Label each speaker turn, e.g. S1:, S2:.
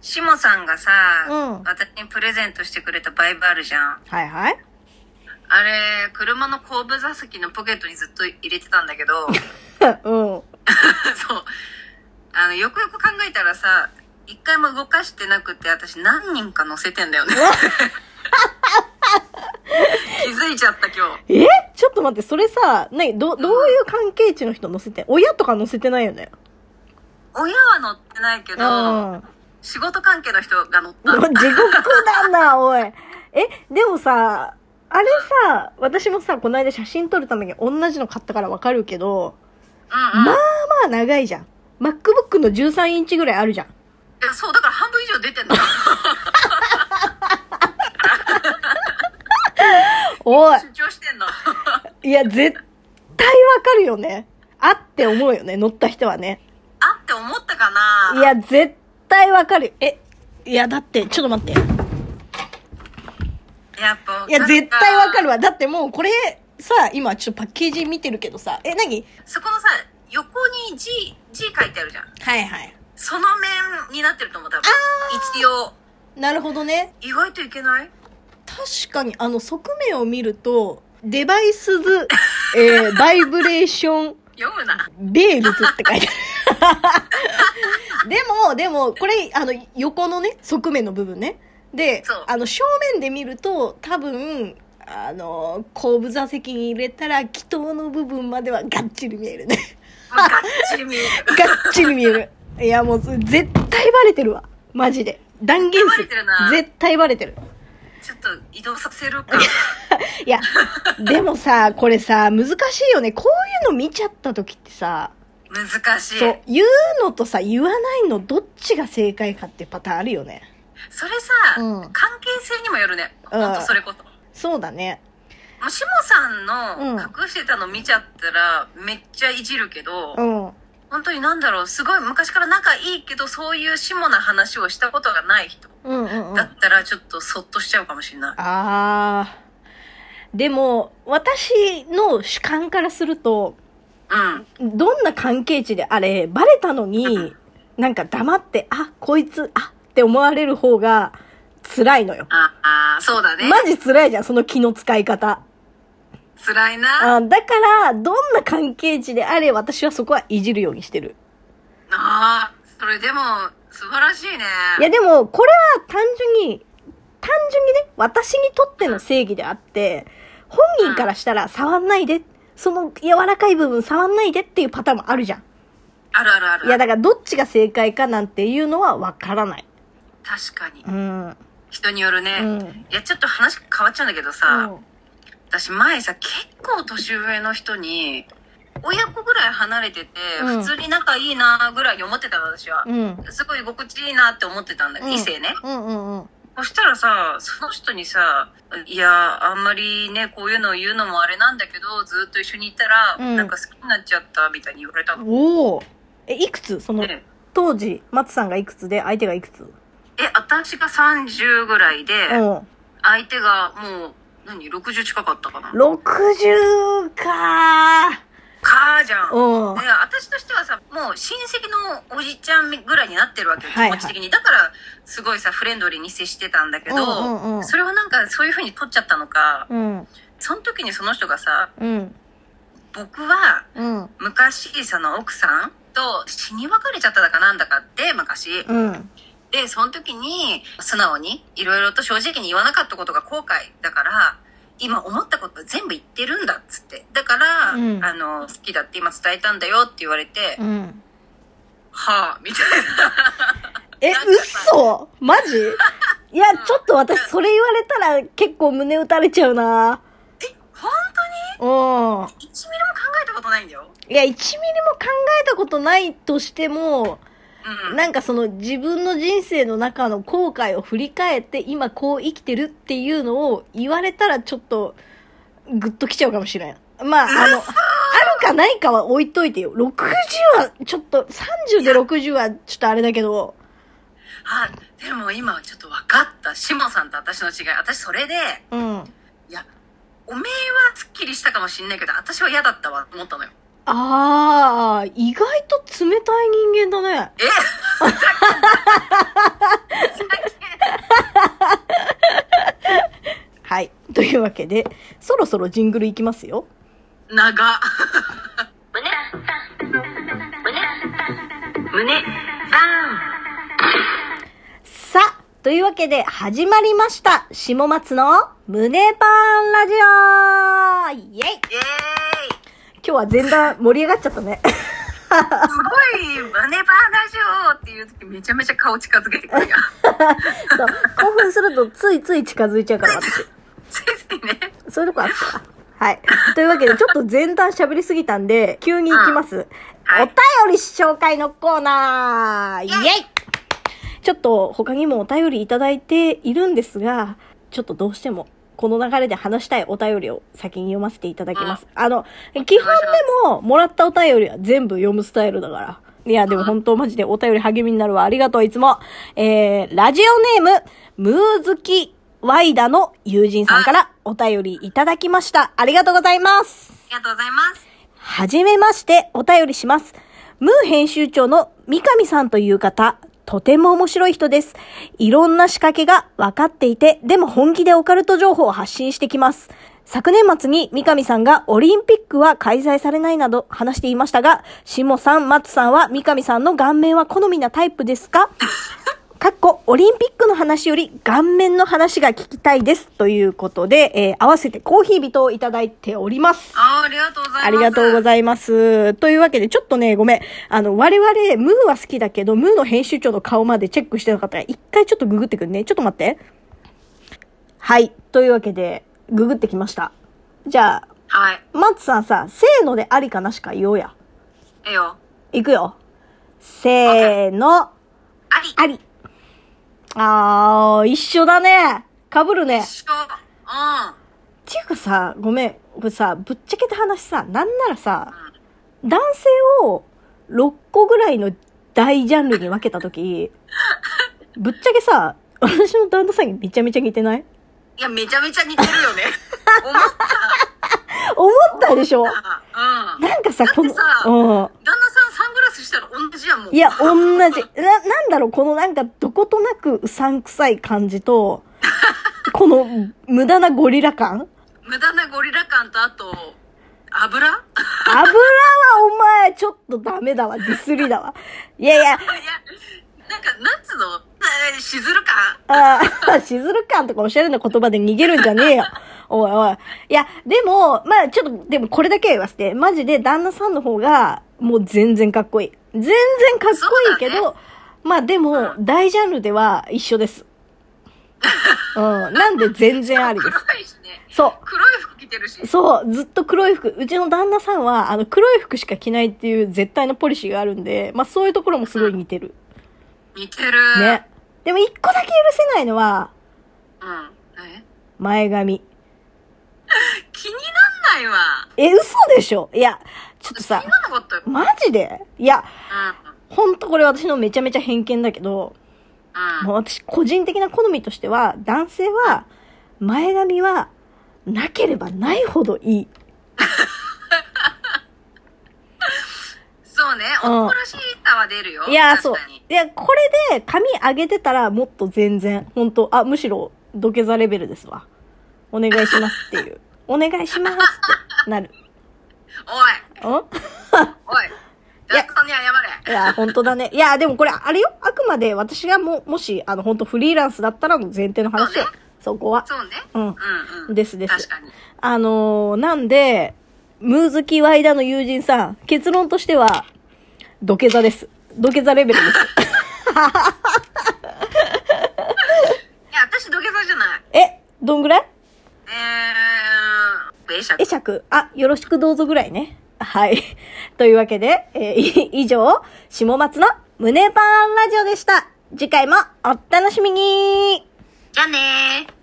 S1: しもさんがさ、
S2: うん
S1: 私にプレゼントしてくれたバイブあるじゃん。
S2: はいはい。
S1: あれ、車の後部座席のポケットにずっと入れてたんだけ ど、
S2: うん。
S1: そう。あの、よくよく考えたらさ、一回も動かしてなくて、私何人か乗せてんだよね。 気づいちゃった今日。
S2: えちょっと待って、それさ、ね、ど、どういう関係値の人乗せてん親とか乗せてないよね。
S1: 親は乗ってないけ
S2: うん。
S1: ど、
S2: 地
S1: 仕事関係の人が乗った。
S2: 獄だ な、おい。え、でもさ、あれさ、私もさ、この間写真撮るために同じの買ったからわかるけど、
S1: うんうん。
S2: まあまあ長いじゃん。MacBook の13インチぐらいあるじゃん。
S1: いやそう、だから半分以上出てん だ。
S2: おい。
S1: 主張してんの。
S2: いや、絶対わかるよね。あって思うよね、乗った人はね。
S1: あって思ったかない
S2: や、絶対わかるよ。え、いや、だって、ちょっと待って。
S1: やっぱ
S2: いや、絶対わかる
S1: わ
S2: わ。だってもうこれ、さ、今ちょっとパッケージ見てるけどさ、え、何
S1: そこのさ横に G, G 書いてあるじゃん
S2: はいはい。
S1: その面になってると思う多分一応
S2: なるほどね。
S1: 意外といけない
S2: 確かに、あの、側面を見ると、デバイスズ、え ー、バイブレーション、
S1: 読むな
S2: ベールズって書いて ある。でも、でも、これ、あの、横のね、側面の部分ね。で
S1: そう、
S2: あの、正面で見ると、多分、あの、後部座席に入れたら、気筒の部分まではがっちり見えるね。
S1: もうがっちり見える
S2: がっちり見える。いや、もう、絶対バレてるわ。マジで。断言する
S1: 絶対バレてるな。
S2: 絶対バレてる。
S1: ちょっと移動させるか
S2: い や、でもさ、これさ、難しいよね。こういうの見ちゃった時ってさ、
S1: 難しい
S2: そう、言うのとさ、言わないの、どっちが正解かってパターンあるよね。
S1: それさ、
S2: うん
S1: 関係性にもよるね
S2: うん
S1: ほんとそれこそ
S2: そうだね。
S1: もうしもさん
S2: う
S1: の
S2: ん
S1: 隠してたの見ちゃったらめっちゃいじるけど、
S2: うん。
S1: 本当になんだろうすごい昔から仲いいけどそういうしもな話をしたことがない人
S2: うんうんうん。
S1: だ
S2: あ
S1: ったらちょっとそっとしちゃうかもしれない。
S2: あー。でも、私の主観からすると、
S1: うん。
S2: どんな関係値であれ、バレたのに、なんか黙って、あ、こいつ、あ、って思われる方が、辛いのよ。
S1: ああー、そうだね。
S2: マジ辛いじゃん、その気の使い方。
S1: 辛いな。あ
S2: あだから、どんな関係値であれ、私はそこはいじるようにしてる。
S1: あー、それでも、素晴らしいね。
S2: いやでも、これは単純に、単純にね、私にとっての正義であって、本人からしたら触んないで、その柔らかい部分触んないでっていうパターンもあるじゃん。
S1: あるあるある。
S2: いやだからどっちが正解かなんていうのはわからない。
S1: 確かに
S2: う。ん。
S1: 人によるね、
S2: うん
S1: いや、ちょっと話変わっちゃうんだけどさ、私前さ、結構年上の人に、親子ぐらい離れてて、
S2: うん
S1: 普通に仲いいなぐらいに思ってたの私は。
S2: うん。うん。
S1: すごい居心地いいなって思ってたんだ、
S2: うん
S1: 異性ね。
S2: うんうんうん。
S1: そしたらさ、その人にさ、いや、あんまりね、こういうのを言うのもあれなんだけど、ずっと一緒にいたら、
S2: うん
S1: なんか好きになっちゃったみたいに言われたの。
S2: おお。え、いくつその、
S1: で
S2: 当時、松さんがいくつで、相手がいくつ
S1: え、私が30ぐらいで、
S2: うん。
S1: 相手がもう、何、60近かったかな。
S2: 60か
S1: かーじゃん。
S2: ー。うん。
S1: で私としてはさもう親戚のおじちゃんぐらいになってるわけよ気
S2: はいはい
S1: 持ち的に、だからすごいさフレンドリーに接してたんだけど、
S2: うんうんうん
S1: それをなんかそういう風に取っちゃったのか
S2: うん。
S1: その時にその人がさ
S2: うん。
S1: 僕は
S2: うん。
S1: 昔その奥さんと死に別れちゃっただかなんだかって昔
S2: うん。
S1: でその時に素直にいろいろと正直に言わなかったことが後悔だから今思ったこと全部言ってるんだっつってだから、
S2: うん
S1: あの好きだって今伝えたんだよって言われて、
S2: うん。
S1: はあみたいな
S2: え、
S1: なんかさ
S2: 嘘マジいや、ちょっと私、それ言われたら結構胸打たれちゃうな
S1: 本
S2: うん。
S1: 当に1ミリも考えたことないんだよ
S2: いや、1ミリも考えたことないとしても、
S1: うん
S2: なんかその自分の人生の中の後悔を振り返って、今こう生きてるっていうのを言われたらちょっと、グッときちゃうかもしれん。まあ、あの、あるかないかは置いといてよ。60は、ちょっと、30で60はちょっとあれだけど、
S1: あでも今はちょっと分かったシモさんと私の違い私それで
S2: うん。
S1: いやおめえはすっきりしたかもしんないけど私は嫌だったわと思ったのよ
S2: ああ、意外と冷たい人間だね。
S1: え
S2: いうわけで、そろそろジングルいきますよ。
S1: 長。
S3: 胸
S1: 胸。
S2: さあ、というわけで始まりました。下松の胸パンラジオイエイ
S1: イエー
S2: 今日は前段盛り上がっちゃったね。
S1: イ。すごい、マネバーラジオっていう時めちゃめちゃ顔近づけてくるやん。
S2: そう、興奮するとついつい近づいちゃうから私。
S1: 先生ね。
S2: そういうとこあったか。はい。というわけで、ちょっと前段喋りすぎたんで、急に行きます。
S1: はい
S2: お便り紹介のコーナーイ
S1: イェイ
S2: エイちょっと他にもお便りいただいているんですが、ちょっとどうしても、この流れで話したいお便りを先に読ませていただきます。あの、基本でも、もらったお便りは全部読むスタイルだから。いや、でも本当マジでお便り励みになるわ。ありがとう、いつも。えー、ラジオネーム、ムーズキワイダの友人さんからお便りいただきました。ありがとうございます。
S1: ありがとうございます。
S2: はじめまして、お便りします。ムー編集長の三上さんという方、とても面白い人です。いろんな仕掛けが分かっていて、でも本気でオカルト情報を発信してきます。昨年末に三上さんがオリンピックは開催されないなど話していましたが、下さん、松さんは三上さんの顔面は好みなタイプですかかっこ、オリンピックの話より顔面の話が聞きたいです。ということで、えー合わせてコーヒー人をいただいております。
S1: あーありがとうございます。
S2: ありがとうご
S1: い
S2: ざいます。というわけで、ちょっとね、ごめん。あの、我々、ムーは好きだけど、ムーの編集長の顔までチェックしてなかったから、一回ちょっとググってくるね。ちょっと待って。はい。というわけで、ググってきました。じゃあ、
S1: ます。はい。
S2: マッツさんさ、せーのでありかなしか言おうや。
S1: ええよ。
S2: いくよ。せーの、
S1: あり。
S2: あり。あー、一緒だね。被るね。
S1: 一緒。うん。
S2: っていうかさ、ごめん。これさ、ぶっちゃけた話さ、なんならさ、男性を6個ぐらいの大ジャンルに分けたとき、ぶっちゃけさ、私の旦那さんにめちゃめちゃ似てない
S1: いや、めちゃめちゃ似てる よね。思っ
S2: 思ったでしょ
S1: た。うん。
S2: なんかさ、こ
S1: だっ
S2: の、
S1: てさ
S2: う
S1: 旦那さんサングラスしたら同じやもん。
S2: ん。いや、同じ。な、なんだろう、このなんか、どことなくうさんくさい感じと、この無駄なゴリラ感
S1: 無駄なゴリラ感と、あと、油い
S2: 油はお前、ちょっとダメだわ、ディスりだわ。いやいや、
S1: や、なんか、なんつうのえーしずる感
S2: あ あ、しずる感とかおしゃれな言葉で逃げるんじゃねえよ。 おいおい。いや、でも、まあちょっと、でもこれだけは言わせて、マジで旦那さんの方が、もう全然かっこいい。全然かっこいいけ
S1: そう
S2: ど、まあでも、大ジャンルでは一 緒です。うん。なんで全然ありです。
S1: 黒いしね。
S2: そう。
S1: 黒い服着てるし。
S2: そう、ずっと黒い服。うちの旦那さんは、あの、黒い服しか着ないっていう絶対のポリシーがあるんで、まあそういうところもすごい似てる。
S1: 似てる。
S2: ね。。でも一個だけ許せないのは、
S1: うん。え
S2: 前髪。
S1: 気になんないわ。
S2: え、嘘でしょいや、ちょっと
S1: 気
S2: さ
S1: に、ならなかったよ。うん。
S2: マジでいや、
S1: うん。
S2: ほんとこれ私のめちゃめちゃ偏見だけど、もう私個人的な好みとしては、男性は、前髪は、なければないほどいい。
S1: そうね。
S2: うん
S1: 男らしいさは出るよ。
S2: いや、そう
S1: 確かに。
S2: いや、これで髪上げてたらもっと全然、ほんと、あ、むしろ、土下座レベルですわ。お願いしますっていう。 お願いしますってなる。
S1: おい、
S2: ん
S1: おい。旦那さんに謝れ。
S2: いや、本当だね。いや、でもこれ、あれよ。あくまで私がも、もし、あの、本当フリーランスだったらの前提の話よ
S1: そうね。
S2: そこは。
S1: そうね。
S2: うん
S1: うんうん。
S2: ですで
S1: 確
S2: す
S1: かに。
S2: あのーなんで、ムーズキワイダの友人さん、結論としては、土下座です。土下座レベルです。
S1: いや、私土下座じゃない。
S2: え、どんぐらい
S1: えー、ベイシャク
S2: え、。尺。あ、よろしくどうぞぐらいね。はい。というわけで、えー い以上、下松の胸パンラジオでした。次回もお楽しみに
S1: じゃあねー。